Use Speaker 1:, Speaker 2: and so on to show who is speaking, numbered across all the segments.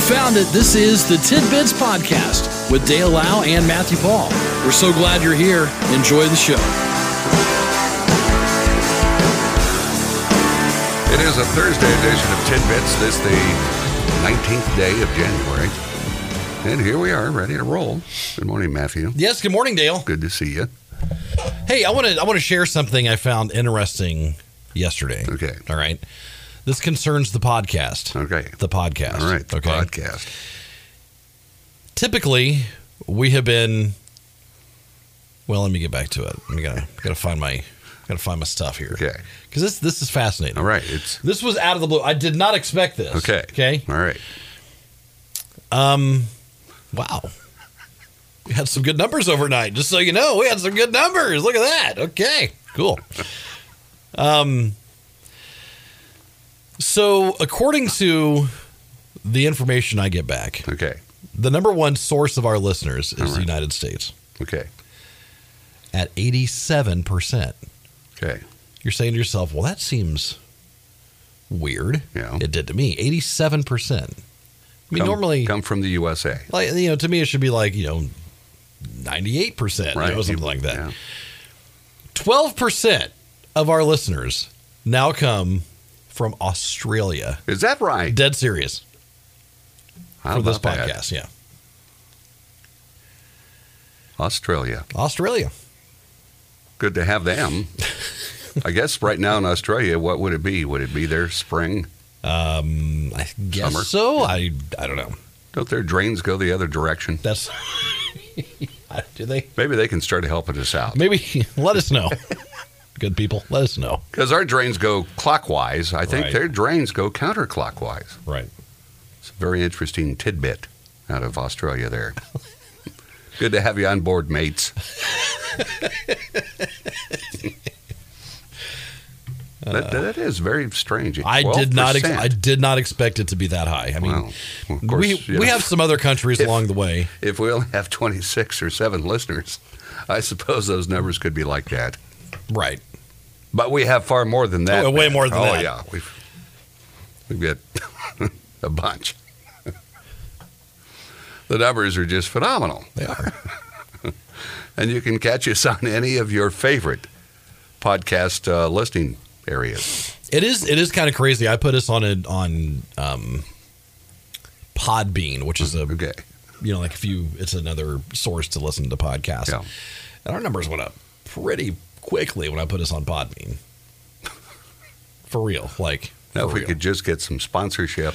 Speaker 1: found it. This is the Tidbits Podcast with Dale Lau and Matthew Paul. We're so glad you're here. Enjoy the show.
Speaker 2: It is a Thursday edition of Tidbits. This the 19th day of January. And here we are, ready to roll. Good morning, Matthew.
Speaker 3: Yes, good morning, Dale.
Speaker 2: Good to see you.
Speaker 3: Hey, I want to I want to share something I found interesting yesterday.
Speaker 2: Okay.
Speaker 3: All right. This concerns the podcast.
Speaker 2: Okay.
Speaker 3: The podcast.
Speaker 2: All right. the
Speaker 3: Okay.
Speaker 2: Podcast.
Speaker 3: Typically, we have been Well, let me get back to it. I got to got to find my got to find my stuff here.
Speaker 2: Okay.
Speaker 3: Cuz this this is fascinating.
Speaker 2: All right. It's
Speaker 3: This was out of the blue. I did not expect this.
Speaker 2: okay.
Speaker 3: Okay.
Speaker 2: All right.
Speaker 3: Um wow. We had some good numbers overnight. Just so you know, we had some good numbers. Look at that. Okay. Cool. Um so according to the information I get back,
Speaker 2: Okay.
Speaker 3: the number one source of our listeners is
Speaker 2: All right.
Speaker 3: the United States
Speaker 2: Okay.
Speaker 3: at 87%.
Speaker 2: Okay.
Speaker 3: You're saying to yourself, "Well, that seems weird."
Speaker 2: Yeah.
Speaker 3: It did to me. 87%. I mean,
Speaker 2: Come-
Speaker 3: normally
Speaker 2: come from the USA.
Speaker 3: like you know to me it should be like you know 98%
Speaker 2: Right.
Speaker 3: you know, something like that
Speaker 2: Yeah.
Speaker 3: 12% of our listeners now come from australia
Speaker 2: Is that right?
Speaker 3: dead serious
Speaker 2: How
Speaker 3: for this
Speaker 2: about that?
Speaker 3: podcast yeah
Speaker 2: Australia.
Speaker 3: australia
Speaker 2: Good to have them. I guess right now in Australia, what would it be? Would it be their spring?
Speaker 3: um i guess
Speaker 2: Summer.
Speaker 3: so i i don't know
Speaker 2: Don't their drains go the other direction?
Speaker 3: that's do they
Speaker 2: Maybe they can start helping us out.
Speaker 3: maybe let us know good people let us know
Speaker 2: Because our drains go clockwise, I think
Speaker 3: Right.
Speaker 2: their drains go counterclockwise.
Speaker 3: right
Speaker 2: It's a very interesting tidbit out of Australia there. Good to have you on board, mates. that, that is very strange.
Speaker 3: Uh, i did not ex-
Speaker 2: 12%.
Speaker 3: i did not expect it to be that high i mean
Speaker 2: Wow. Well, of course,
Speaker 3: we,
Speaker 2: you
Speaker 3: we
Speaker 2: know,
Speaker 3: have some other countries
Speaker 2: If-
Speaker 3: along the way
Speaker 2: If we only have 26 or 7 listeners, I suppose those numbers could be like that.
Speaker 3: right
Speaker 2: But we have far more than that.
Speaker 3: Oh, way
Speaker 2: now.
Speaker 3: more than
Speaker 2: oh,
Speaker 3: that.
Speaker 2: yeah. We've, we've got a bunch. the numbers are just phenomenal.
Speaker 3: they are
Speaker 2: And you can catch us on any of your favorite podcast uh, listening areas.
Speaker 3: It is it is kind of crazy. I put us on a on um Podbean, which is a
Speaker 2: Okay.
Speaker 3: you know like if you it's another source to listen to podcasts.
Speaker 2: Yeah.
Speaker 3: And our numbers went up pretty quickly when I put us on Podbean. For real, like
Speaker 2: Now,
Speaker 3: for
Speaker 2: if we
Speaker 3: real.
Speaker 2: could just get some sponsorship,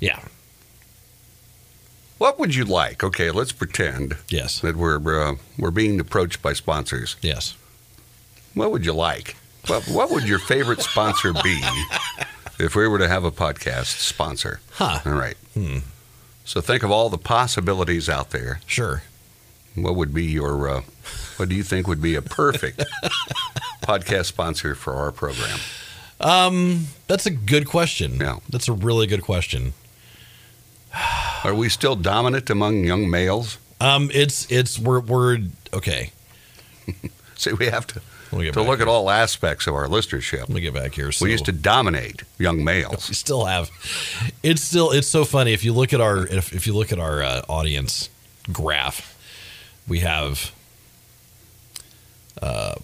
Speaker 3: yeah,
Speaker 2: what would you like? Okay, let's pretend
Speaker 3: yes,
Speaker 2: that we're uh, we're being approached by sponsors.
Speaker 3: yes.
Speaker 2: What would you like? What, what would your favorite sponsor be if we were to have a podcast sponsor?
Speaker 3: Huh? hmm,
Speaker 2: All right. So think of all the possibilities out there.
Speaker 3: Sure.
Speaker 2: What would be your, uh, what do you think would be a perfect podcast sponsor for our program?
Speaker 3: Um, that's a good question.
Speaker 2: Yeah.
Speaker 3: That's a really good question.
Speaker 2: Are we still dominant among young males?
Speaker 3: Um, it's it's we're we're okay.
Speaker 2: See, we have to,
Speaker 3: Let me get
Speaker 2: to
Speaker 3: back
Speaker 2: look
Speaker 3: here.
Speaker 2: at all aspects of our listenership.
Speaker 3: Let me get back here. So-
Speaker 2: We used to dominate young males.
Speaker 3: We still have. It's still. It's so funny if you look at our if, if you look at our uh, audience graph, we have. Um,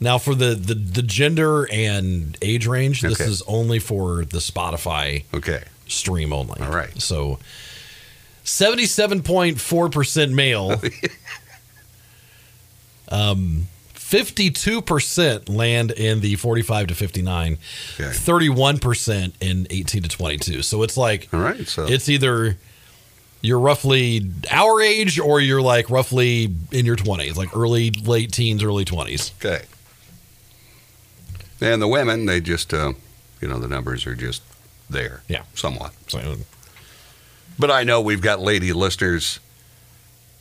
Speaker 3: now for the, the the gender and age range, this
Speaker 2: Okay.
Speaker 3: is only for the Spotify
Speaker 2: Okay.
Speaker 3: stream only.
Speaker 2: All right.
Speaker 3: So. Seventy-seven point four percent male. um, fifty-two percent land in the forty-five to fifty-nine.
Speaker 2: Okay.
Speaker 3: Thirty-one percent in eighteen to twenty-two. So it's like
Speaker 2: All right. So
Speaker 3: it's either you're roughly our age or you're like roughly in your twenties, like early late teens, early twenties.
Speaker 2: Okay. And the women, they just, uh, you know, the numbers are just there.
Speaker 3: Yeah.
Speaker 2: Somewhat.
Speaker 3: So,
Speaker 2: But I know we've got lady listeners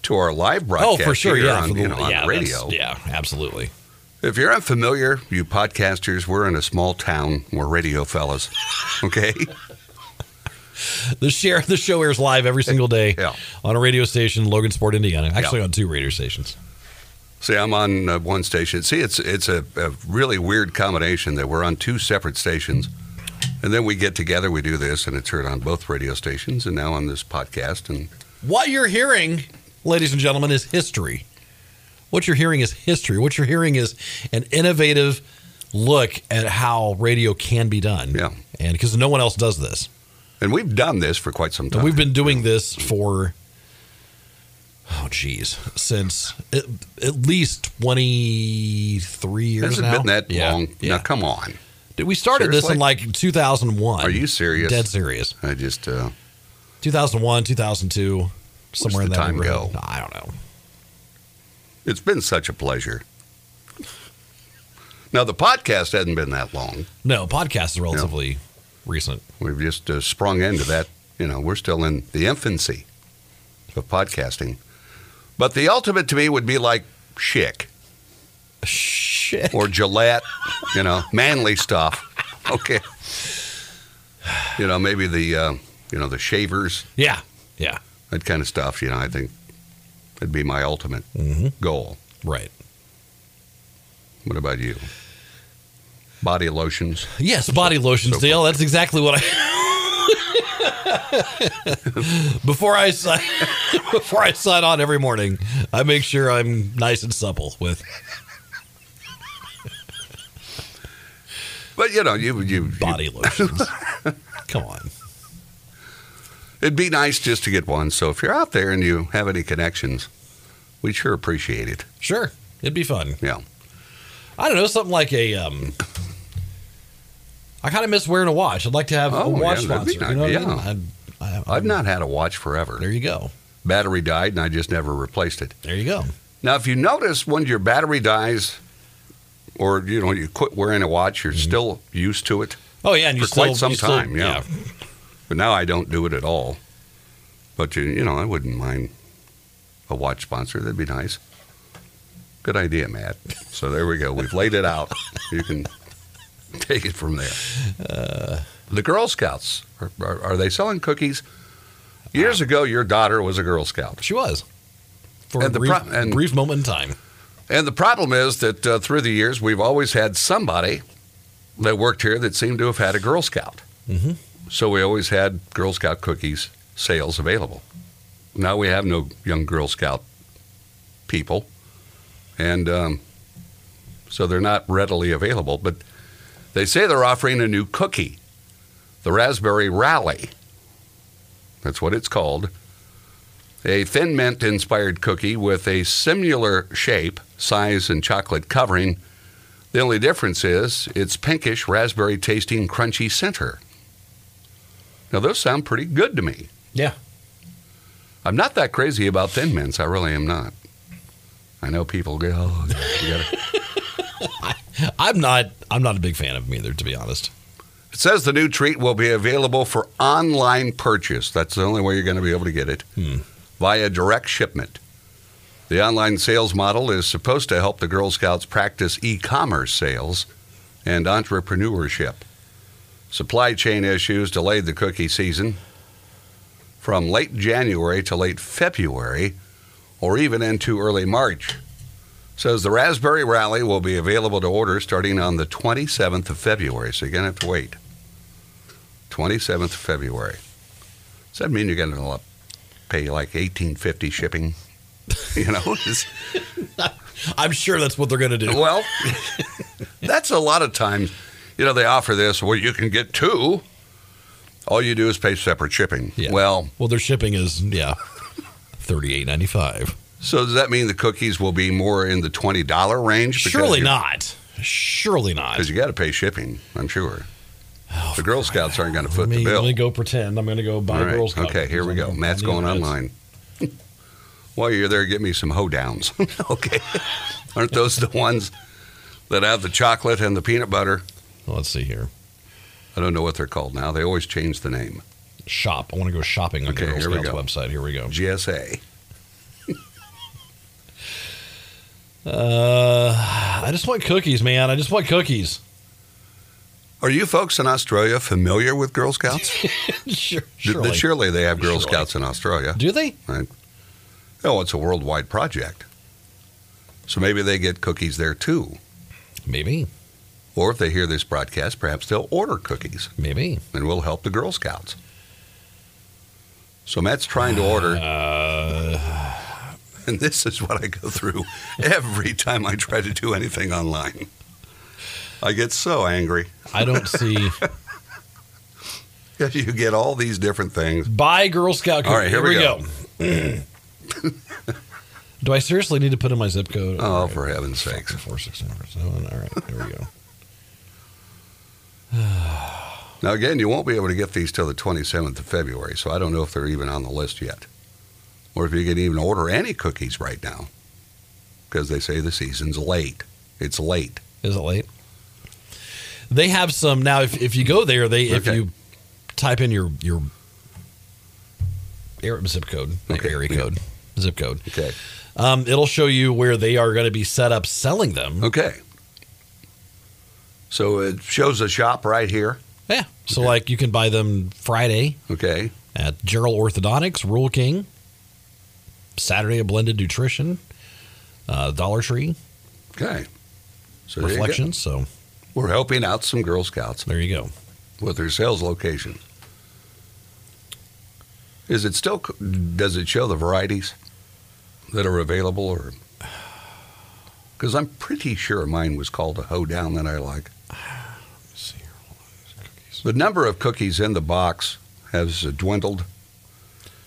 Speaker 2: to our live
Speaker 3: oh,
Speaker 2: broadcast.
Speaker 3: for sure,
Speaker 2: here
Speaker 3: yeah,
Speaker 2: On,
Speaker 3: for the-
Speaker 2: you know, on
Speaker 3: yeah,
Speaker 2: the
Speaker 3: that's-
Speaker 2: radio.
Speaker 3: yeah, absolutely.
Speaker 2: If you're unfamiliar, you podcasters, we're in a small town. We're radio fellas. Okay.
Speaker 3: The share the show airs live every single day
Speaker 2: Yeah.
Speaker 3: on a radio station, Logan Sport, Indiana. Actually, on two radio stations.
Speaker 2: See, I'm on uh, one station. See, it's it's a, a really weird combination that we're on two separate stations, And then we get together, we do this, and it's heard on both radio stations and now on this podcast. And
Speaker 3: What you're hearing, ladies and gentlemen, is history. What you're hearing is history. What you're hearing is an innovative look at how radio can be done.
Speaker 2: Yeah.
Speaker 3: And because no one else does this.
Speaker 2: and we've done this for quite some
Speaker 3: And
Speaker 2: time.
Speaker 3: we've been doing this for, oh, geez, since at, at least 23 years
Speaker 2: Has it
Speaker 3: now.
Speaker 2: been that
Speaker 3: Yeah,
Speaker 2: long?
Speaker 3: Yeah.
Speaker 2: Now, come on.
Speaker 3: Dude, we started this in
Speaker 2: Seriously?
Speaker 3: like 2001.
Speaker 2: Are you serious?
Speaker 3: Dead serious.
Speaker 2: I just, uh,
Speaker 3: 2001, 2002, somewhere
Speaker 2: the
Speaker 3: in that
Speaker 2: time
Speaker 3: neighborhood.
Speaker 2: go?
Speaker 3: I don't know.
Speaker 2: it's been such a pleasure. Now, the podcast hasn't been that long.
Speaker 3: No, podcast is relatively recent.
Speaker 2: We've just uh, sprung into that. You know, we're still in the infancy of podcasting. But the ultimate to me would be like chic
Speaker 3: Shit.
Speaker 2: or Gillette, you know, manly stuff. Okay. You know, maybe the, uh, you know, the shavers,
Speaker 3: Yeah. Yeah.
Speaker 2: that kind of stuff, you know, I think would be my ultimate
Speaker 3: Mm-hmm.
Speaker 2: goal.
Speaker 3: Right.
Speaker 2: What about you? Body lotions.
Speaker 3: Yes, body lotions,
Speaker 2: So
Speaker 3: Dale. That's exactly what I. before I si- before I sign on every morning, I make sure I'm nice and supple with
Speaker 2: But, you know, you, you, you-
Speaker 3: body lotions. Come on.
Speaker 2: it'd be nice just to get one. So if you're out there and you have any connections, we'd sure appreciate it.
Speaker 3: Sure. It'd be fun.
Speaker 2: Yeah.
Speaker 3: I don't know, something like a um I kind of miss wearing a watch. I'd like to have a
Speaker 2: Oh, yeah,
Speaker 3: watch
Speaker 2: that'd be
Speaker 3: sponsor. you know what
Speaker 2: nice.
Speaker 3: I mean? I, I,
Speaker 2: I've not had a watch forever.
Speaker 3: There you go.
Speaker 2: Battery died and I just never replaced it.
Speaker 3: There you go.
Speaker 2: Now, if you notice when your battery dies or, you know, you quit wearing a watch, you're still used to it.
Speaker 3: Oh yeah, and you
Speaker 2: For quite
Speaker 3: still,
Speaker 2: some
Speaker 3: you still-
Speaker 2: time, yeah. But now I don't do it at all. But, you, you know, I wouldn't mind a watch sponsor. That'd be nice. Good idea, Matt. So there we go. We've laid it out. You can take it from there. the Girl Scouts, are, are, are they selling cookies? Years ago, your daughter was a Girl Scout.
Speaker 3: She was. For a
Speaker 2: And the
Speaker 3: brief,
Speaker 2: pro- and-
Speaker 3: brief moment in time.
Speaker 2: And the problem is that uh, through the years, we've always had somebody that worked here that seemed to have had a Girl Scout.
Speaker 3: Mhm.
Speaker 2: So we always had Girl Scout cookies sales available. Now we have no young Girl Scout people. And um, so they're not readily available, but they say they're offering a new cookie, the Raspberry Rally. That's what it's called a thin mint inspired cookie with a similar shape, size, and chocolate covering. The only difference is it's pinkish raspberry tasting crunchy center. Now, those sound pretty good to me.
Speaker 3: Yeah.
Speaker 2: I'm not that crazy about thin mints. I really am not. I know people go, oh, yeah, you gotta-"
Speaker 3: I'm not. I'm not a big fan of them either, to be honest.
Speaker 2: It says the new treat will be available for online purchase. That's the only way you're going to be able to get it
Speaker 3: Hmm.
Speaker 2: via direct shipment. The online sales model is supposed to help the Girl Scouts practice e commerce sales and entrepreneurship. Supply chain issues delayed the cookie season from late January to late February or even into early March. Says the Raspberry Rally will be available to order starting on the 27th of February, so you're going to have to wait. 27th of February. Does that mean you're going to pay like 1850 shipping? You know, It's-
Speaker 3: I'm sure that's what they're going to do.
Speaker 2: well, that's a lot of times. You know, they offer this where you can get two. All you do is pay separate shipping.
Speaker 3: Yeah.
Speaker 2: Well,
Speaker 3: Well, their shipping is yeah, thirty eight ninety five.
Speaker 2: so does that mean the cookies will be more in the twenty dollar range? Because
Speaker 3: Surely
Speaker 2: you're-
Speaker 3: not. Surely not.
Speaker 2: Because you got to pay shipping, I'm sure.
Speaker 3: Oh,
Speaker 2: The Girl Scouts aren't going to foot
Speaker 3: let,
Speaker 2: the
Speaker 3: me,
Speaker 2: bill.
Speaker 3: let me go pretend. I'm going to go buy
Speaker 2: All right.
Speaker 3: Girl Scout
Speaker 2: Okay, here we
Speaker 3: cookies.
Speaker 2: go.
Speaker 3: I'm-
Speaker 2: Matt's
Speaker 3: I'm
Speaker 2: going
Speaker 3: the-
Speaker 2: online. While you're there, get me some hoedowns. okay. Aren't those the ones that have the chocolate and the peanut butter?
Speaker 3: Well, let's see here.
Speaker 2: I don't know what they're called now. They always change the name.
Speaker 3: Shop. I want to go shopping on
Speaker 2: Okay,
Speaker 3: the
Speaker 2: here
Speaker 3: Girl
Speaker 2: we
Speaker 3: Scouts
Speaker 2: go.
Speaker 3: website. Here we go.
Speaker 2: GSA.
Speaker 3: Uh, I just want cookies, man. I just want cookies.
Speaker 2: Are you folks in Australia familiar with Girl Scouts?
Speaker 3: sure.
Speaker 2: Th- th-
Speaker 3: Surely.
Speaker 2: surely they have Girl
Speaker 3: Surely.
Speaker 2: Scouts in Australia.
Speaker 3: Do they?
Speaker 2: Oh, it's a worldwide project. So maybe they get cookies there too.
Speaker 3: Maybe.
Speaker 2: Or if they hear this broadcast, perhaps they'll order cookies
Speaker 3: Maybe.
Speaker 2: and we'll help the Girl Scouts. So Matt's trying to order. and this is what I go through every time I try to do anything online. I get so angry.
Speaker 3: I don't see.
Speaker 2: You get all these different things.
Speaker 3: Buy Girl Scout cookie.
Speaker 2: All right, here we go.
Speaker 3: Do I seriously need to put in my zip code?
Speaker 2: Oh,
Speaker 3: All right.
Speaker 2: for heaven's sakes.
Speaker 3: Four, six, seven, seven. All right, here we go.
Speaker 2: Now, again, you won't be able to get these till the 27th of February, so I don't know if they're even on the list yet. Or if you can even order any cookies right now, because they say the season's late. It's late.
Speaker 3: Is it late? They have some now. If, if you go there, they if
Speaker 2: Okay.
Speaker 3: you type in your your area zip code, not
Speaker 2: Okay,
Speaker 3: area
Speaker 2: yeah.
Speaker 3: code, zip code,
Speaker 2: Okay.
Speaker 3: um, it'll show you where they are going to be set up selling them.
Speaker 2: Okay. So it shows a shop right here.
Speaker 3: Yeah, so like you can buy them Friday
Speaker 2: Okay.
Speaker 3: at Gerald Orthodontics, Rule King, Saturday at Blended Nutrition, uh, Dollar Tree,
Speaker 2: Okay. So there you go.
Speaker 3: Reflections. So
Speaker 2: We're helping out some Girl Scouts
Speaker 3: there you go.
Speaker 2: with their sales location. Is it still, co- does it show the varieties that are available or? Because I'm pretty sure mine was called a hoedown that I like. The number of cookies in the box has dwindled.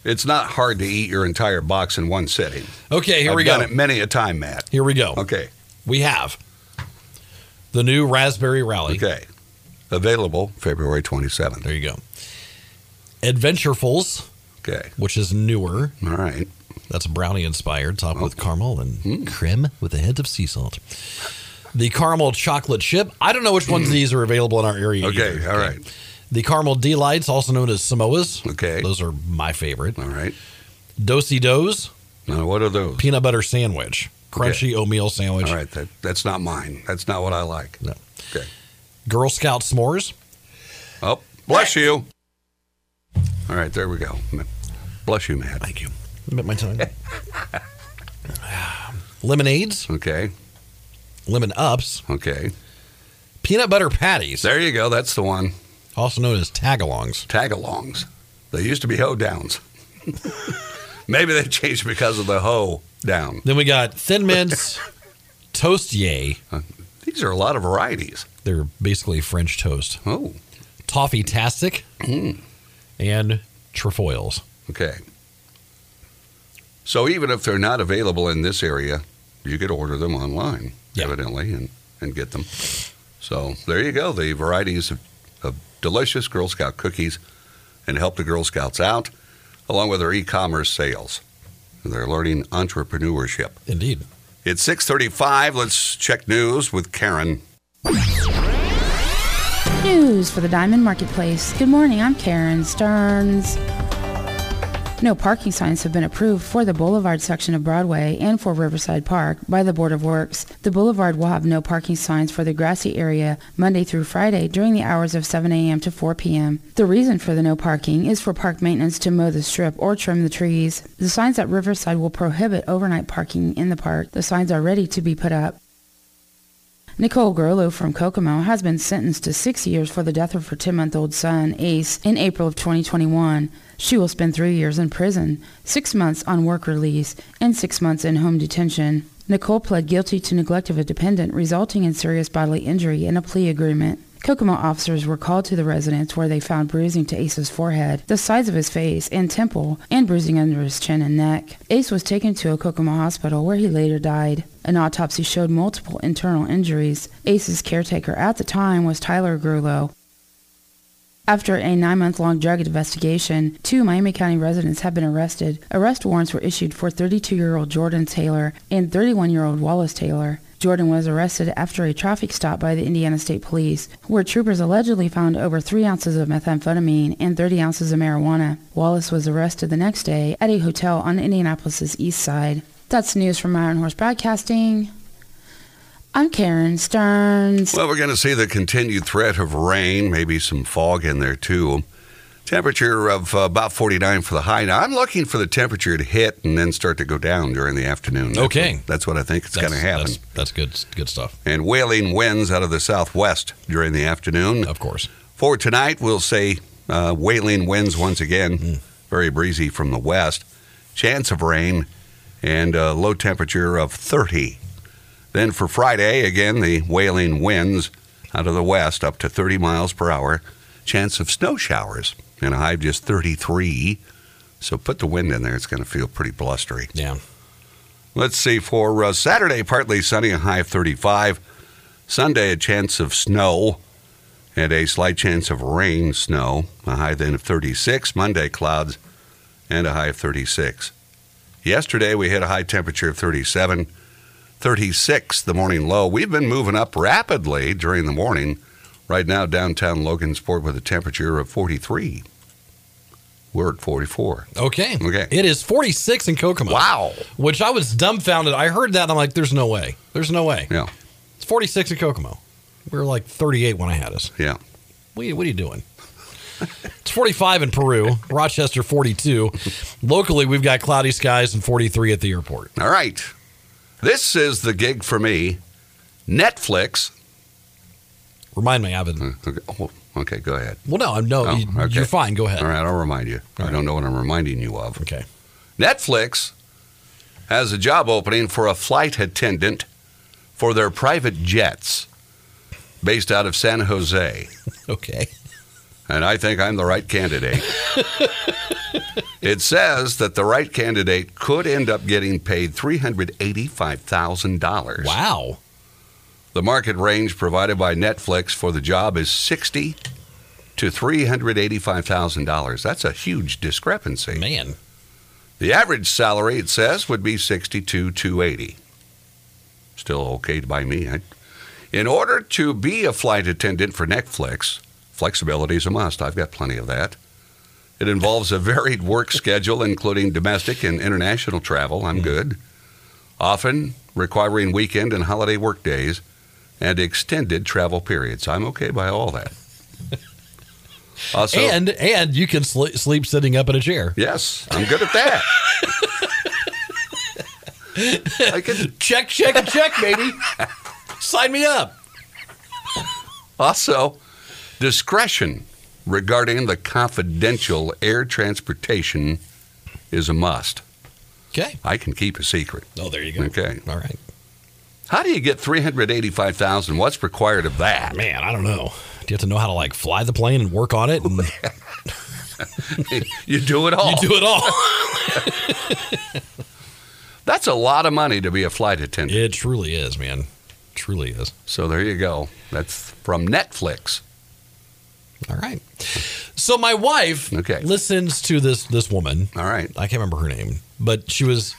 Speaker 2: It's not hard to eat your entire box in one sitting.
Speaker 3: Okay, here
Speaker 2: I've
Speaker 3: we go.
Speaker 2: done it many a time, Matt.
Speaker 3: Here we go.
Speaker 2: Okay,
Speaker 3: We have the new Raspberry Rally.
Speaker 2: okay. Available February 27th.
Speaker 3: There you go. Adventurefuls,
Speaker 2: Okay,
Speaker 3: which is newer.
Speaker 2: all right.
Speaker 3: That's brownie inspired, topped with
Speaker 2: Oh.
Speaker 3: caramel and
Speaker 2: Hmm.
Speaker 3: creme with a hint of sea salt. The caramel chocolate chip. I don't know which ones of these are available in our area.
Speaker 2: Okay,
Speaker 3: either.
Speaker 2: all right.
Speaker 3: The caramel delights, also known as Samoas.
Speaker 2: Okay.
Speaker 3: Those are my favorite.
Speaker 2: All right.
Speaker 3: Dosey Do's,
Speaker 2: Now, what are those?
Speaker 3: peanut butter sandwich, crunchy oatmeal sandwich,
Speaker 2: All right, that, that's not mine. That's not what I like.
Speaker 3: No.
Speaker 2: Okay.
Speaker 3: Girl Scout s'mores.
Speaker 2: Oh, bless you. All right, there we go. Bless you, Matt.
Speaker 3: Thank you. Bit my tongue. Lemonades,
Speaker 2: Okay,
Speaker 3: lemon ups,
Speaker 2: okay.
Speaker 3: peanut butter patties,
Speaker 2: There you go. That's the one.
Speaker 3: also known as tagalongs.
Speaker 2: Tagalongs. They used to be hoe downs. Maybe they changed because of the hoe down.
Speaker 3: Then we got Thin Mints, Toast Yay.
Speaker 2: These are a lot of varieties.
Speaker 3: They're basically French toast.
Speaker 2: Oh,
Speaker 3: Toffee Tastic,
Speaker 2: Hmm.
Speaker 3: and Trefoils.
Speaker 2: okay. So even if they're not available in this area, you could order them online,
Speaker 3: Yeah.
Speaker 2: evidently, and, and get them. So there you go. The varieties of, of delicious Girl Scout cookies and help the Girl Scouts out, along with their e-commerce sales. They're learning entrepreneurship.
Speaker 3: Indeed.
Speaker 2: It's 6:35. Let's check news with Karen.
Speaker 4: News for the Diamond Marketplace. Good morning, I'm Karen Stearns. No parking signs have been approved for the Boulevard section of Broadway and for Riverside Park by the Board of Works. The Boulevard will have no parking signs for the grassy area Monday through Friday during the hours of 7 a.m. to 4 p.m. The reason for the no parking is for park maintenance to mow the strip or trim the trees. The signs at Riverside will prohibit overnight parking in the park. The signs are ready to be put up. Nicole Gurlow from Kokomo has been sentenced to six years for the death of her 10-month-old son, Ace, in April of 2021. She will spend three years in prison, six months on work release, and six months in home detention. Nicole pled guilty to neglect of a dependent resulting in serious bodily injury in a plea agreement. Kokomo officers were called to the residence where they found bruising to Ace's forehead, the sides of his face and temple, and bruising under his chin and neck. Ace was taken to a Kokomo hospital where he later died. An autopsy showed multiple internal injuries. Ace's caretaker at the time was Tyler Grullo. After a nine-month-long drug investigation, two Miami County residents have been arrested. Arrest warrants were issued for 32-year-old Jordan Taylor and 31-year-old Wallace Taylor. Jordan was arrested after a traffic stop by the Indiana State Police, where troopers allegedly found over three ounces of methamphetamine and 30 ounces of marijuana. Wallace was arrested the next day at a hotel on Indianapolis' east side. That's news from Iron Horse Broadcasting. I'm Karen Stearns.
Speaker 2: Well, we're going to see the continued threat of rain, maybe some fog in there too. Temperature of uh, about 49 for the high. Now, I'm looking for the temperature to hit and then start to go down during the afternoon. That's
Speaker 3: Okay.
Speaker 2: what- That's what I think is
Speaker 3: That's-
Speaker 2: going to happen.
Speaker 3: That's, that's good. Good stuff.
Speaker 2: And wailing winds out of the southwest during the afternoon.
Speaker 3: Of course.
Speaker 2: For tonight, we'll say uh, wailing winds once again, very breezy from the west, chance of rain, and a low temperature of 30. Then for Friday, again, the wailing winds out of the west up to 30 miles per hour, chance of snow showers, and a high of just 33. So put the wind in there, it's going to feel pretty blustery.
Speaker 3: Yeah.
Speaker 2: Let's see, for uh, Saturday, partly sunny, a high of 35. Sunday, a chance of snow and a slight chance of rain snow, a high then of 36. Monday, clouds and a high of 36. Yesterday, we hit a high temperature of 37. 36, the morning low. We've been moving up rapidly during the morning. Right now, downtown Logansport with a temperature of 43. We're at 44.
Speaker 3: Okay.
Speaker 2: Okay.
Speaker 3: It is 46 in Kokomo.
Speaker 2: Wow.
Speaker 3: Which I was dumbfounded. I heard that. And I'm like, there's no way. There's no way.
Speaker 2: Yeah,
Speaker 3: It's 46 in Kokomo. We were like 38 when I had us.
Speaker 2: yeah.
Speaker 3: What are you, what are you doing? It's 45 in Peru, Rochester 42. Locally, we've got cloudy skies and 43 at the airport.
Speaker 2: All right. This is the gig for me. Netflix.
Speaker 3: Remind me, I haven't.
Speaker 2: Okay, oh, okay, go ahead.
Speaker 3: Well, no, I'm no.
Speaker 2: Oh,
Speaker 3: you,
Speaker 2: okay.
Speaker 3: You're fine. Go ahead.
Speaker 2: All right, I'll remind you. I don't know what I'm reminding you of.
Speaker 3: Okay.
Speaker 2: Netflix has a job opening for a flight attendant for their private jets based out of San Jose.
Speaker 3: Okay.
Speaker 2: and I think I'm the right candidate. it says that the right candidate could end up getting paid $385,000.
Speaker 3: Wow.
Speaker 2: The market range provided by Netflix for the job is sixty to three hundred eighty-five thousand dollars. That's a huge discrepancy.
Speaker 3: Man.
Speaker 2: The average salary, it says, would be sixty-two two eighty. Still okay by me. I, in order to be a flight attendant for Netflix, flexibility is a must. I've got plenty of that. It involves a varied work schedule, including domestic and international travel. I'm good. Often requiring weekend and holiday work days and extended travel periods. I'm okay by all that. Also,
Speaker 3: and and you can sl- sleep sitting up in a chair.
Speaker 2: Yes, I'm good at that. I could
Speaker 3: Check, check, and check, baby. Sign me up.
Speaker 2: also discretion regarding the confidential air transportation is a must.
Speaker 3: Okay.
Speaker 2: I can keep a secret.
Speaker 3: Oh, there you go.
Speaker 2: Okay.
Speaker 3: All right.
Speaker 2: How do you get 385,000? What's required of that?
Speaker 3: Man, I don't know. Do you have to know how to like fly the plane and work on it? And you
Speaker 2: You do it all.
Speaker 3: do it all.
Speaker 2: That's a lot of money to be a flight attendant.
Speaker 3: it truly is, man. Truly is.
Speaker 2: So there you go. That's from Netflix.
Speaker 3: All right. So my wife
Speaker 2: Okay.
Speaker 3: listens to this this woman.
Speaker 2: All right.
Speaker 3: I can't remember her name, but she was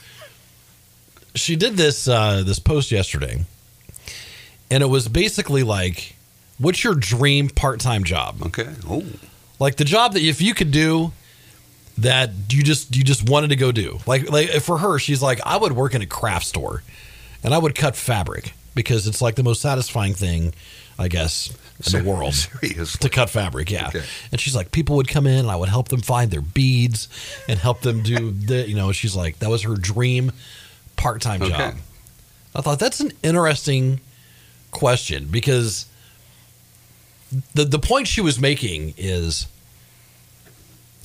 Speaker 3: she did this uh, this post yesterday, and it was basically like, "What's your dream part time job?
Speaker 2: Okay. Oh,
Speaker 3: Like the job that if you could do." That you just you just wanted to go do like like for her she's like I would work in a craft store, and I would cut fabric because it's like the most satisfying thing, I guess, in the world
Speaker 2: seriously.
Speaker 3: to cut fabric yeah
Speaker 2: Okay.
Speaker 3: and she's like people would come in and i would help them find their beads and help them do the you know she's like that was her dream part-time
Speaker 2: Okay.
Speaker 3: job i thought that's an interesting question because the the point she was making is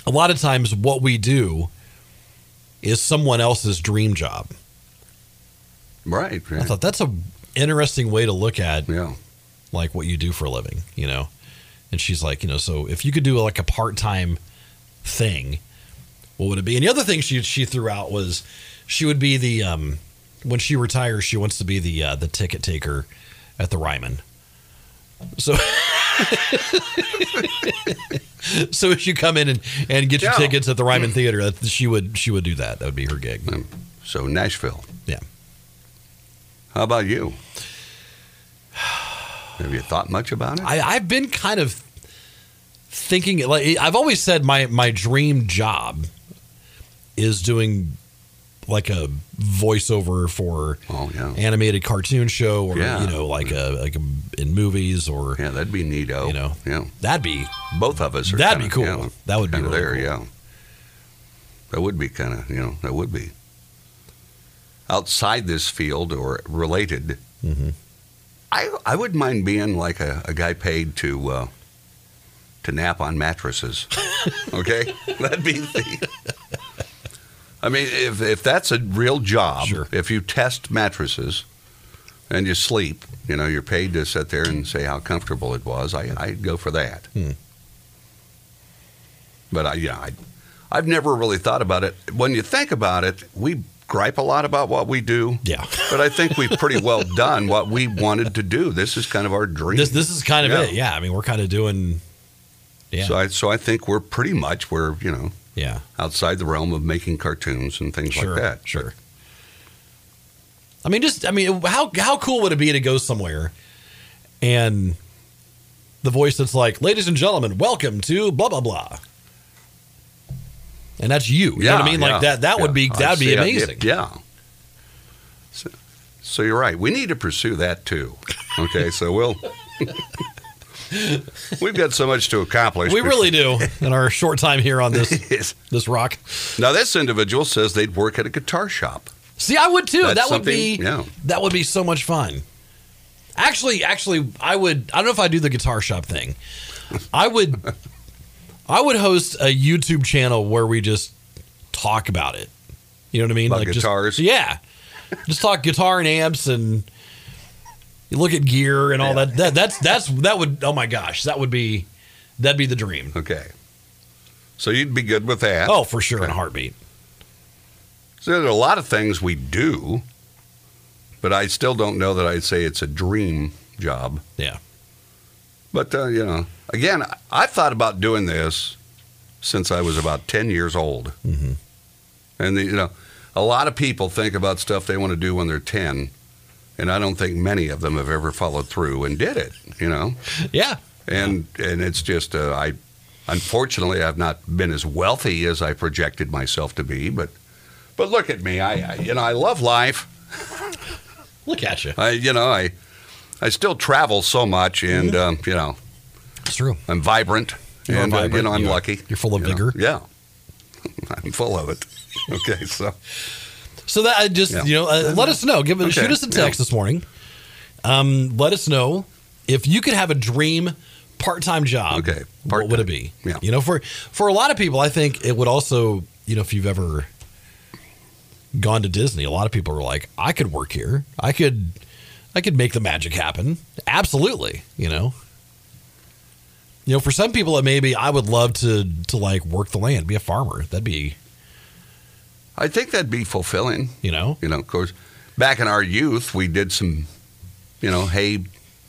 Speaker 3: a lot of times what we do is someone else's dream job
Speaker 2: Right.
Speaker 3: i
Speaker 2: right.
Speaker 3: thought that's a interesting way to look at
Speaker 2: Yeah.
Speaker 3: like what you do for a living, you know? And she's like, you know, so if you could do like a part time thing, what would it be? And the other thing she she threw out was she would be the um when she retires, she wants to be the uh, the ticket taker at the Ryman. So So if you come in and, and get your
Speaker 2: Yeah.
Speaker 3: tickets at the Ryman Theater, that she would she would do that. That would be her gig.
Speaker 2: So Nashville.
Speaker 3: Yeah.
Speaker 2: How about you? Have you thought much about it?
Speaker 3: I, I've been kind of thinking like I've always said my my dream job is doing like a voiceover for
Speaker 2: Oh, yeah.
Speaker 3: animated cartoon show or
Speaker 2: Yeah.
Speaker 3: you know like a like a, in movies or
Speaker 2: Yeah, that'd be neato.
Speaker 3: You know.
Speaker 2: Yeah.
Speaker 3: that'd be
Speaker 2: Both of us are
Speaker 3: That'd be
Speaker 2: kinda-
Speaker 3: cool.
Speaker 2: yeah,
Speaker 3: That would be
Speaker 2: kinda
Speaker 3: really
Speaker 2: there,
Speaker 3: cool.
Speaker 2: yeah. That would be kind of, you know, that would be. Outside this field or related,
Speaker 3: Mhm.
Speaker 2: I I wouldn't mind being like a, a guy paid to uh, to nap on mattresses. Okay, that'd be the. I mean, if if that's a real job,
Speaker 3: Sure.
Speaker 2: if you test mattresses and you sleep, you know, you're paid to sit there and say how comfortable it was. I I'd go for that.
Speaker 3: Hmm.
Speaker 2: But I yeah, I, I've never really thought about it. When you think about it, we gripe a lot about what we do.
Speaker 3: yeah.
Speaker 2: But I think we've pretty well done what we wanted to do. This is kind of our dream.
Speaker 3: This this is kind of
Speaker 2: Yeah.
Speaker 3: it. Yeah, I mean we're kind of doing. Yeah,
Speaker 2: So I so I think we're pretty much we're you know
Speaker 3: yeah,
Speaker 2: outside the realm of making cartoons and things
Speaker 3: sure,
Speaker 2: like that.
Speaker 3: sure. I mean, just I mean, how how cool would it be to go somewhere and the voice that's like, "Ladies and gentlemen, welcome to blah blah blah," and that's you. You know what I mean?
Speaker 2: yeah,
Speaker 3: Like that. That
Speaker 2: yeah.
Speaker 3: would be
Speaker 2: I'd
Speaker 3: that'd be
Speaker 2: say I-
Speaker 3: amazing.
Speaker 2: yeah. So, so you're right. We need to pursue that too. Okay, so we'll. We've got so much to accomplish.
Speaker 3: We really do in our short time here on this
Speaker 2: Yes.
Speaker 3: this rock.
Speaker 2: Now this individual says they'd work at a guitar shop.
Speaker 3: See, I would too.
Speaker 2: That's
Speaker 3: that would be
Speaker 2: something- yeah.
Speaker 3: that would be so much fun. Actually, actually, I would. I don't know if I do the guitar shop thing. I would. I would host a YouTube channel where we just talk about it. You know what I mean?
Speaker 2: About
Speaker 3: just-
Speaker 2: guitars?
Speaker 3: yeah. Just talk guitar and amps and you look at gear and all that. That that's that's that would. Oh my gosh, that would be that'd be the dream.
Speaker 2: Okay. So you'd be good with that.
Speaker 3: Oh, for sure, in a heartbeat.
Speaker 2: So there's a lot of things we do, but I still don't know that I'd say it's a dream job.
Speaker 3: Yeah.
Speaker 2: But, uh, you know, again, I- I've thought about doing this since I was about 10 years old.
Speaker 3: Mhm.
Speaker 2: And, the, you know, a lot of people think about stuff they want to do when they're 10, and I don't think many of them have ever followed through and did it, you know?
Speaker 3: Yeah.
Speaker 2: And, and it's just, uh, I, unfortunately, I've not been as wealthy as I projected myself to be, but, but look at me. I, I you know, I love life.
Speaker 3: Look at you.
Speaker 2: I, you know, I, I still travel so much, and um, you know,
Speaker 3: It's true.
Speaker 2: I'm vibrant,
Speaker 3: You are
Speaker 2: and uh, you
Speaker 3: vibrant.
Speaker 2: know, I'm
Speaker 3: You are.
Speaker 2: lucky.
Speaker 3: You're full of
Speaker 2: you know.
Speaker 3: vigor.
Speaker 2: Yeah, I'm full of it. Okay, so
Speaker 3: So that I just
Speaker 2: Yeah.
Speaker 3: you know, uh, let us know. Give it,
Speaker 2: Okay,
Speaker 3: shoot us a
Speaker 2: yeah.
Speaker 3: text this morning. Um, let us know if you could have a dream part-time job.
Speaker 2: Okay,
Speaker 3: what would it be?
Speaker 2: yeah.
Speaker 3: You know, for for a lot of people, I think it would also you know if you've ever gone to Disney, a lot of people are like, I could work here. I could. I could make the magic happen. Absolutely, you know. You know, for some people, it maybe I would love to to like work the land, be a farmer. That'd be,
Speaker 2: I think that'd be fulfilling.
Speaker 3: you know,
Speaker 2: You know, of course, back in our youth, we did some, you know, hay,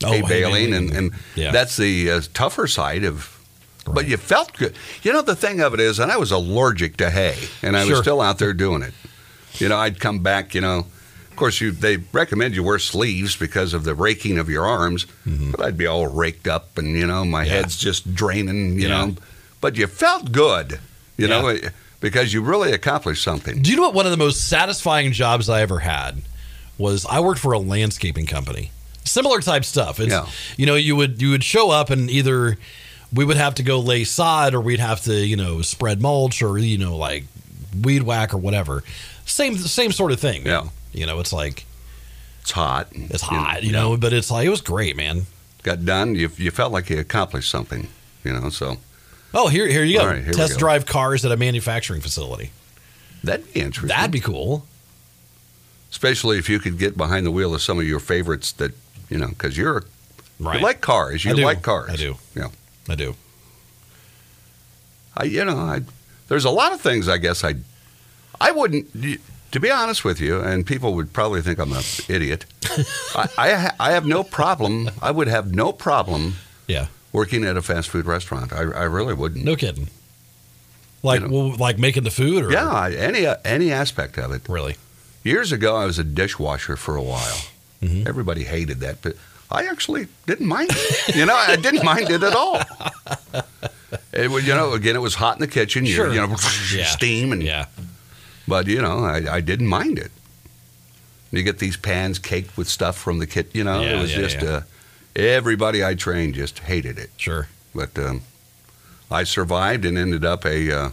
Speaker 3: Oh, hay
Speaker 2: hay baling, and,
Speaker 3: baling.
Speaker 2: and
Speaker 3: Yeah.
Speaker 2: that's the uh, tougher side of. But
Speaker 3: Right.
Speaker 2: you felt good. You know, the thing of it is, and I was allergic to hay, and I was
Speaker 3: Sure.
Speaker 2: still out there doing it. You know, I'd come back. You know, of course, you they recommend you wear sleeves because of the raking of your arms. But I'd be all raked up, and you know, my
Speaker 3: Mm-hmm. Yeah.
Speaker 2: head's just draining. You
Speaker 3: Yeah.
Speaker 2: know, but you felt good. You
Speaker 3: Yeah.
Speaker 2: know, because you really accomplished something.
Speaker 3: Do you know what one of the most satisfying jobs I ever had was I worked for a landscaping company. Similar type stuff. It's
Speaker 2: Yeah.
Speaker 3: you know, you would you would show up and either we would have to go lay sod or we'd have to, you know, spread mulch or you know like weed whack or whatever. Same same sort of thing.
Speaker 2: Yeah.
Speaker 3: You know, it's like
Speaker 2: It's hot. and,
Speaker 3: it's hot, you know, but it's like it was great, man.
Speaker 2: got done, you, you felt like you accomplished something, you know. So
Speaker 3: Oh, here here you go.
Speaker 2: All right, here we
Speaker 3: Test
Speaker 2: go.
Speaker 3: drive cars at a manufacturing facility.
Speaker 2: that'd be interesting.
Speaker 3: That'd be cool.
Speaker 2: especially if you could get behind the wheel of some of your favorites that you know, because you're
Speaker 3: Right.
Speaker 2: you like cars, you
Speaker 3: I do.
Speaker 2: like cars.
Speaker 3: I do.
Speaker 2: Yeah,
Speaker 3: I do.
Speaker 2: I you know, I there's a lot of things I guess I I wouldn't. y- To be honest with you, and people would probably think I'm an idiot. I, I ha- I have no problem. I would have no problem
Speaker 3: Yeah.
Speaker 2: working at a fast food restaurant. I, I really wouldn't.
Speaker 3: No kidding. Like
Speaker 2: You
Speaker 3: well, like making the food or
Speaker 2: Yeah, I- any any aspect of it.
Speaker 3: Really?
Speaker 2: Years ago, I was a dishwasher for a while.
Speaker 3: Mhm.
Speaker 2: Everybody hated that, but I actually didn't mind it. You know, I didn't mind it at all. It was, you know, again, it was hot in the kitchen. You're,
Speaker 3: Sure.
Speaker 2: You know,
Speaker 3: Yeah.
Speaker 2: steam and.
Speaker 3: Yeah.
Speaker 2: But, you know, I, I didn't mind it. You get these pans caked with stuff from the kit, you know, it
Speaker 3: Yeah,
Speaker 2: was
Speaker 3: yeah,
Speaker 2: just,
Speaker 3: yeah.
Speaker 2: Uh, everybody I trained just hated it.
Speaker 3: Sure.
Speaker 2: But um, I survived and ended up a, uh,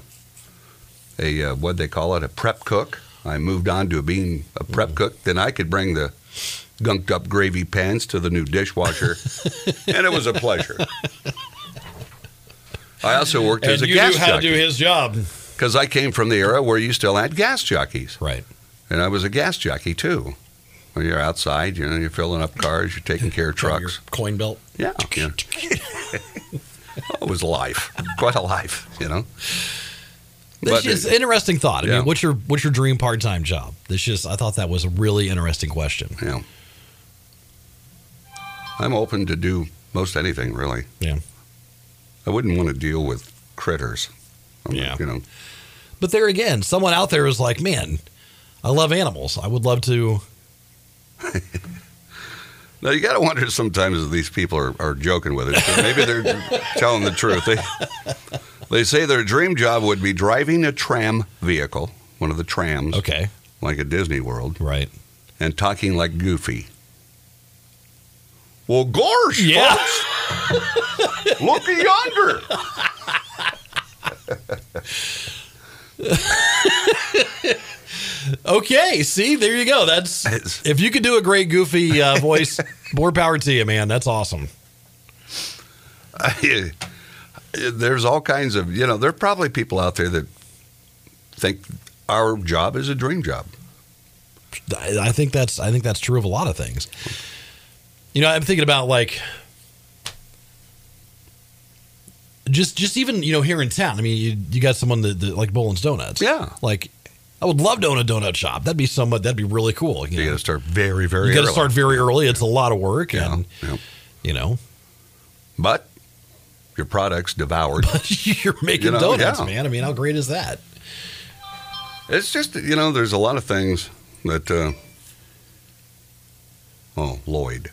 Speaker 2: a uh, what they call it, a prep cook. I moved on to being a prep
Speaker 3: Mm-hmm.
Speaker 2: cook. Then I could bring the gunked up gravy pans to the new dishwasher, and it was a pleasure. I also worked as
Speaker 3: And
Speaker 2: a
Speaker 3: you
Speaker 2: gas
Speaker 3: knew how to do
Speaker 2: jockey
Speaker 3: his job.
Speaker 2: because I came from the era where you still had gas jockeys
Speaker 3: Right.
Speaker 2: and I was a gas jockey too. When you're outside, you know, you're filling up cars, you're taking care of
Speaker 3: Your
Speaker 2: trucks.
Speaker 3: coin belt.
Speaker 2: Yeah, yeah. Oh, it was life, quite a life, you know.
Speaker 3: That's
Speaker 2: But uh,
Speaker 3: just
Speaker 2: it-
Speaker 3: an interesting thought. I
Speaker 2: Yeah.
Speaker 3: mean, what's your what's your dream part time job? That's just I thought that was a really interesting question.
Speaker 2: Yeah, I'm open to do most anything really.
Speaker 3: Yeah.
Speaker 2: I wouldn't want to deal with critters. I'm
Speaker 3: Yeah.
Speaker 2: you know,
Speaker 3: But there again, someone out there is like, man, I love animals. I would love to.
Speaker 2: now you got to wonder sometimes if these people are, are joking with it. So maybe they're telling the truth. They, they say their dream job would be driving a tram vehicle, one of the trams.
Speaker 3: Okay.
Speaker 2: like at Disney World
Speaker 3: Right.
Speaker 2: and talking like Goofy. Well, gosh,
Speaker 3: Yeah.
Speaker 2: folks, look yonder.
Speaker 3: Okay. See, there you go. That's
Speaker 2: It's-
Speaker 3: if you could do a great goofy uh, voice, more power to you, man. That's awesome.
Speaker 2: I- There's all kinds of, you know, there are probably people out there that think our job is a dream job.
Speaker 3: I I think that's I think that's true of a lot of things. You know, I'm thinking about like just just even you know here in town. I mean, you you got someone that, that like Bolin's Donuts.
Speaker 2: Yeah.
Speaker 3: like I would love to own a donut shop. That'd be so much. That'd be really cool. You,
Speaker 2: You got
Speaker 3: know?
Speaker 2: to start very, very
Speaker 3: you got to
Speaker 2: early.
Speaker 3: start very early. It's a lot of work,
Speaker 2: Yeah,
Speaker 3: and
Speaker 2: yeah.
Speaker 3: you know,
Speaker 2: But your product's devoured.
Speaker 3: you're making
Speaker 2: You know,
Speaker 3: donuts,
Speaker 2: yeah.
Speaker 3: man. I mean, how great is that?
Speaker 2: It's just you know, there's a lot of things that. Uh, oh, Lloyd.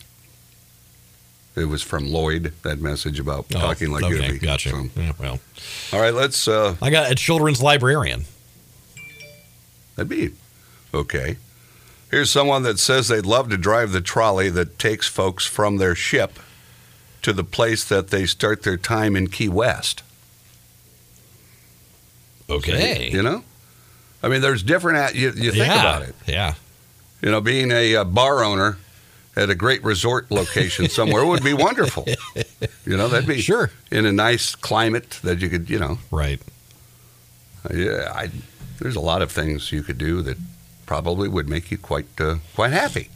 Speaker 2: It was from Lloyd that message about
Speaker 3: Oh,
Speaker 2: talking like
Speaker 3: okay,
Speaker 2: Goofy.
Speaker 3: Gotcha.
Speaker 2: So,
Speaker 3: Yeah, well,
Speaker 2: all right, let's. Uh,
Speaker 3: I got a children's librarian.
Speaker 2: that'd be okay. Here's someone that says they'd love to drive the trolley that takes folks from their ship to the place that they start their time in Key West.
Speaker 3: Okay,
Speaker 2: You know, I mean, there's different. at- You, you think
Speaker 3: yeah,
Speaker 2: about it.
Speaker 3: Yeah,
Speaker 2: You know, being a uh, bar owner at a great resort location somewhere would be wonderful. You know, that'd be
Speaker 3: Sure.
Speaker 2: in a nice climate that you could, you know,
Speaker 3: right.
Speaker 2: yeah, I, there's a lot of things you could do that probably would make you quite uh, quite happy.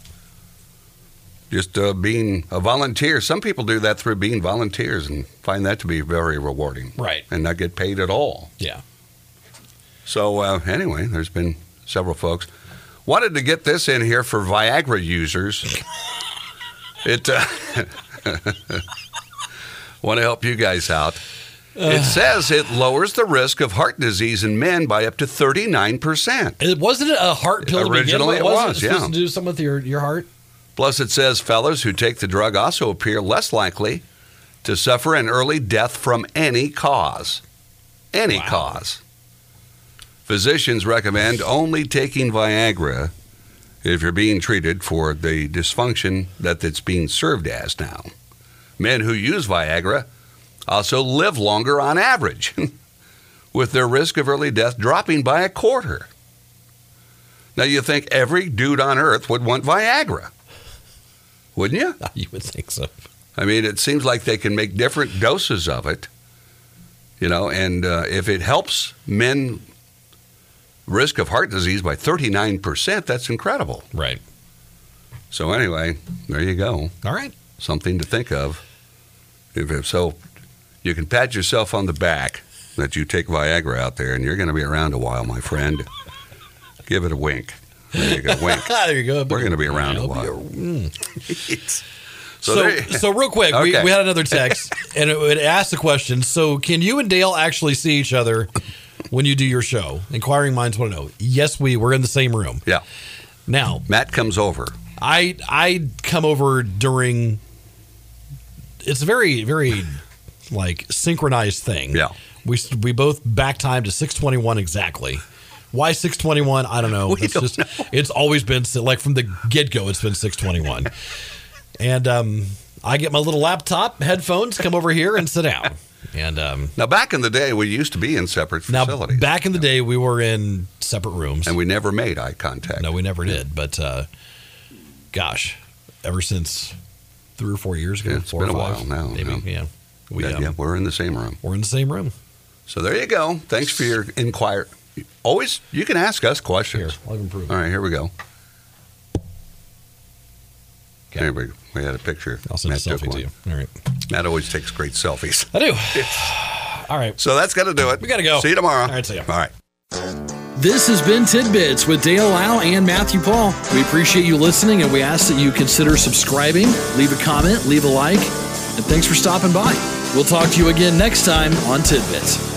Speaker 2: Just uh, being a volunteer. Some people do that through being volunteers and find that to be very rewarding
Speaker 3: Right.
Speaker 2: and not get paid at all.
Speaker 3: Yeah.
Speaker 2: So uh, anyway, there's been several folks wanted to get this in here for Viagra users. it uh, want to help you guys out. It says it lowers the risk of heart disease in men by up to 39%.
Speaker 3: It wasn't it a heart pill to begin
Speaker 2: Originally
Speaker 3: with?
Speaker 2: it
Speaker 3: Wasn't
Speaker 2: was,
Speaker 3: supposed
Speaker 2: yeah.
Speaker 3: to do something with your, your heart.
Speaker 2: Plus, it says fellas who take the drug also appear less likely to suffer an early death from any cause. Any
Speaker 3: Wow.
Speaker 2: cause. Physicians recommend only taking Viagra if you're being treated for the dysfunction that it's being served as now. Men who use Viagra also live longer on average, with their risk of early death dropping by a quarter. Now, you think every dude on earth would want Viagra, wouldn't you?
Speaker 3: Ah, You would think so.
Speaker 2: I mean, it seems like they can make different doses of it, you know, and uh, if it helps men risk of heart disease by 39%, that's incredible.
Speaker 3: Right.
Speaker 2: So, anyway, there you go.
Speaker 3: All right.
Speaker 2: Something to think of. If, if so, you can pat yourself on the back that you take Viagra out there and you're going to be around a while, my friend. Give it a wink. There you go, wink.
Speaker 3: Ah, there you go.
Speaker 2: We're going to be around
Speaker 3: I'll
Speaker 2: a
Speaker 3: be
Speaker 2: while.
Speaker 3: So,
Speaker 2: so,
Speaker 3: so,
Speaker 2: there-
Speaker 3: real quick, we,
Speaker 2: Okay.
Speaker 3: we had another text, and it, it asked the question. So, can you and Dale actually see each other when you do your show? Inquiring minds want to know. Yes, we we're in the same room
Speaker 2: yeah,
Speaker 3: now.
Speaker 2: Matt comes over.
Speaker 3: I I come over during. It's a very very like synchronized thing.
Speaker 2: Yeah.
Speaker 3: We we both back time to six twenty one exactly. Why 621? I don't know.
Speaker 2: We
Speaker 3: it's
Speaker 2: don't
Speaker 3: just it's always been si- like from the get-go it's been 621. and um I get my little laptop, headphones, come over here and sit down. And um
Speaker 2: Now, back in the day, we used to be in separate
Speaker 3: now
Speaker 2: facilities,
Speaker 3: back in the day we were in separate rooms.
Speaker 2: and we never made eye contact.
Speaker 3: No, we never did. But uh, gosh, ever since three or four years ago,
Speaker 2: Yeah, it's
Speaker 3: four
Speaker 2: been
Speaker 3: or
Speaker 2: a
Speaker 3: five,
Speaker 2: while now,
Speaker 3: Maybe,
Speaker 2: yeah.
Speaker 3: yeah. We,
Speaker 2: yeah,
Speaker 3: um,
Speaker 2: yeah, we're in the same room.
Speaker 3: We're in the same room.
Speaker 2: So there you go. Thanks for your inquire. Always, you can ask us
Speaker 3: Here,
Speaker 2: questions.
Speaker 3: I'll even prove it.
Speaker 2: All right, here we go.
Speaker 3: Okay.
Speaker 2: There we, we had a picture.
Speaker 3: I'll send a
Speaker 2: took
Speaker 3: selfie
Speaker 2: one.
Speaker 3: to you. All right.
Speaker 2: Matt always takes great selfies.
Speaker 3: I do. All right.
Speaker 2: So that's got to do it.
Speaker 3: We gotta go.
Speaker 2: See you tomorrow.
Speaker 3: All right, see ya.
Speaker 2: All right.
Speaker 1: This has been Tidbits with Dale Lau and Matthew Paul. We appreciate you listening and we ask that you consider subscribing, leave a comment, leave a like, and thanks for stopping by. We'll talk to you again next time on Tidbits.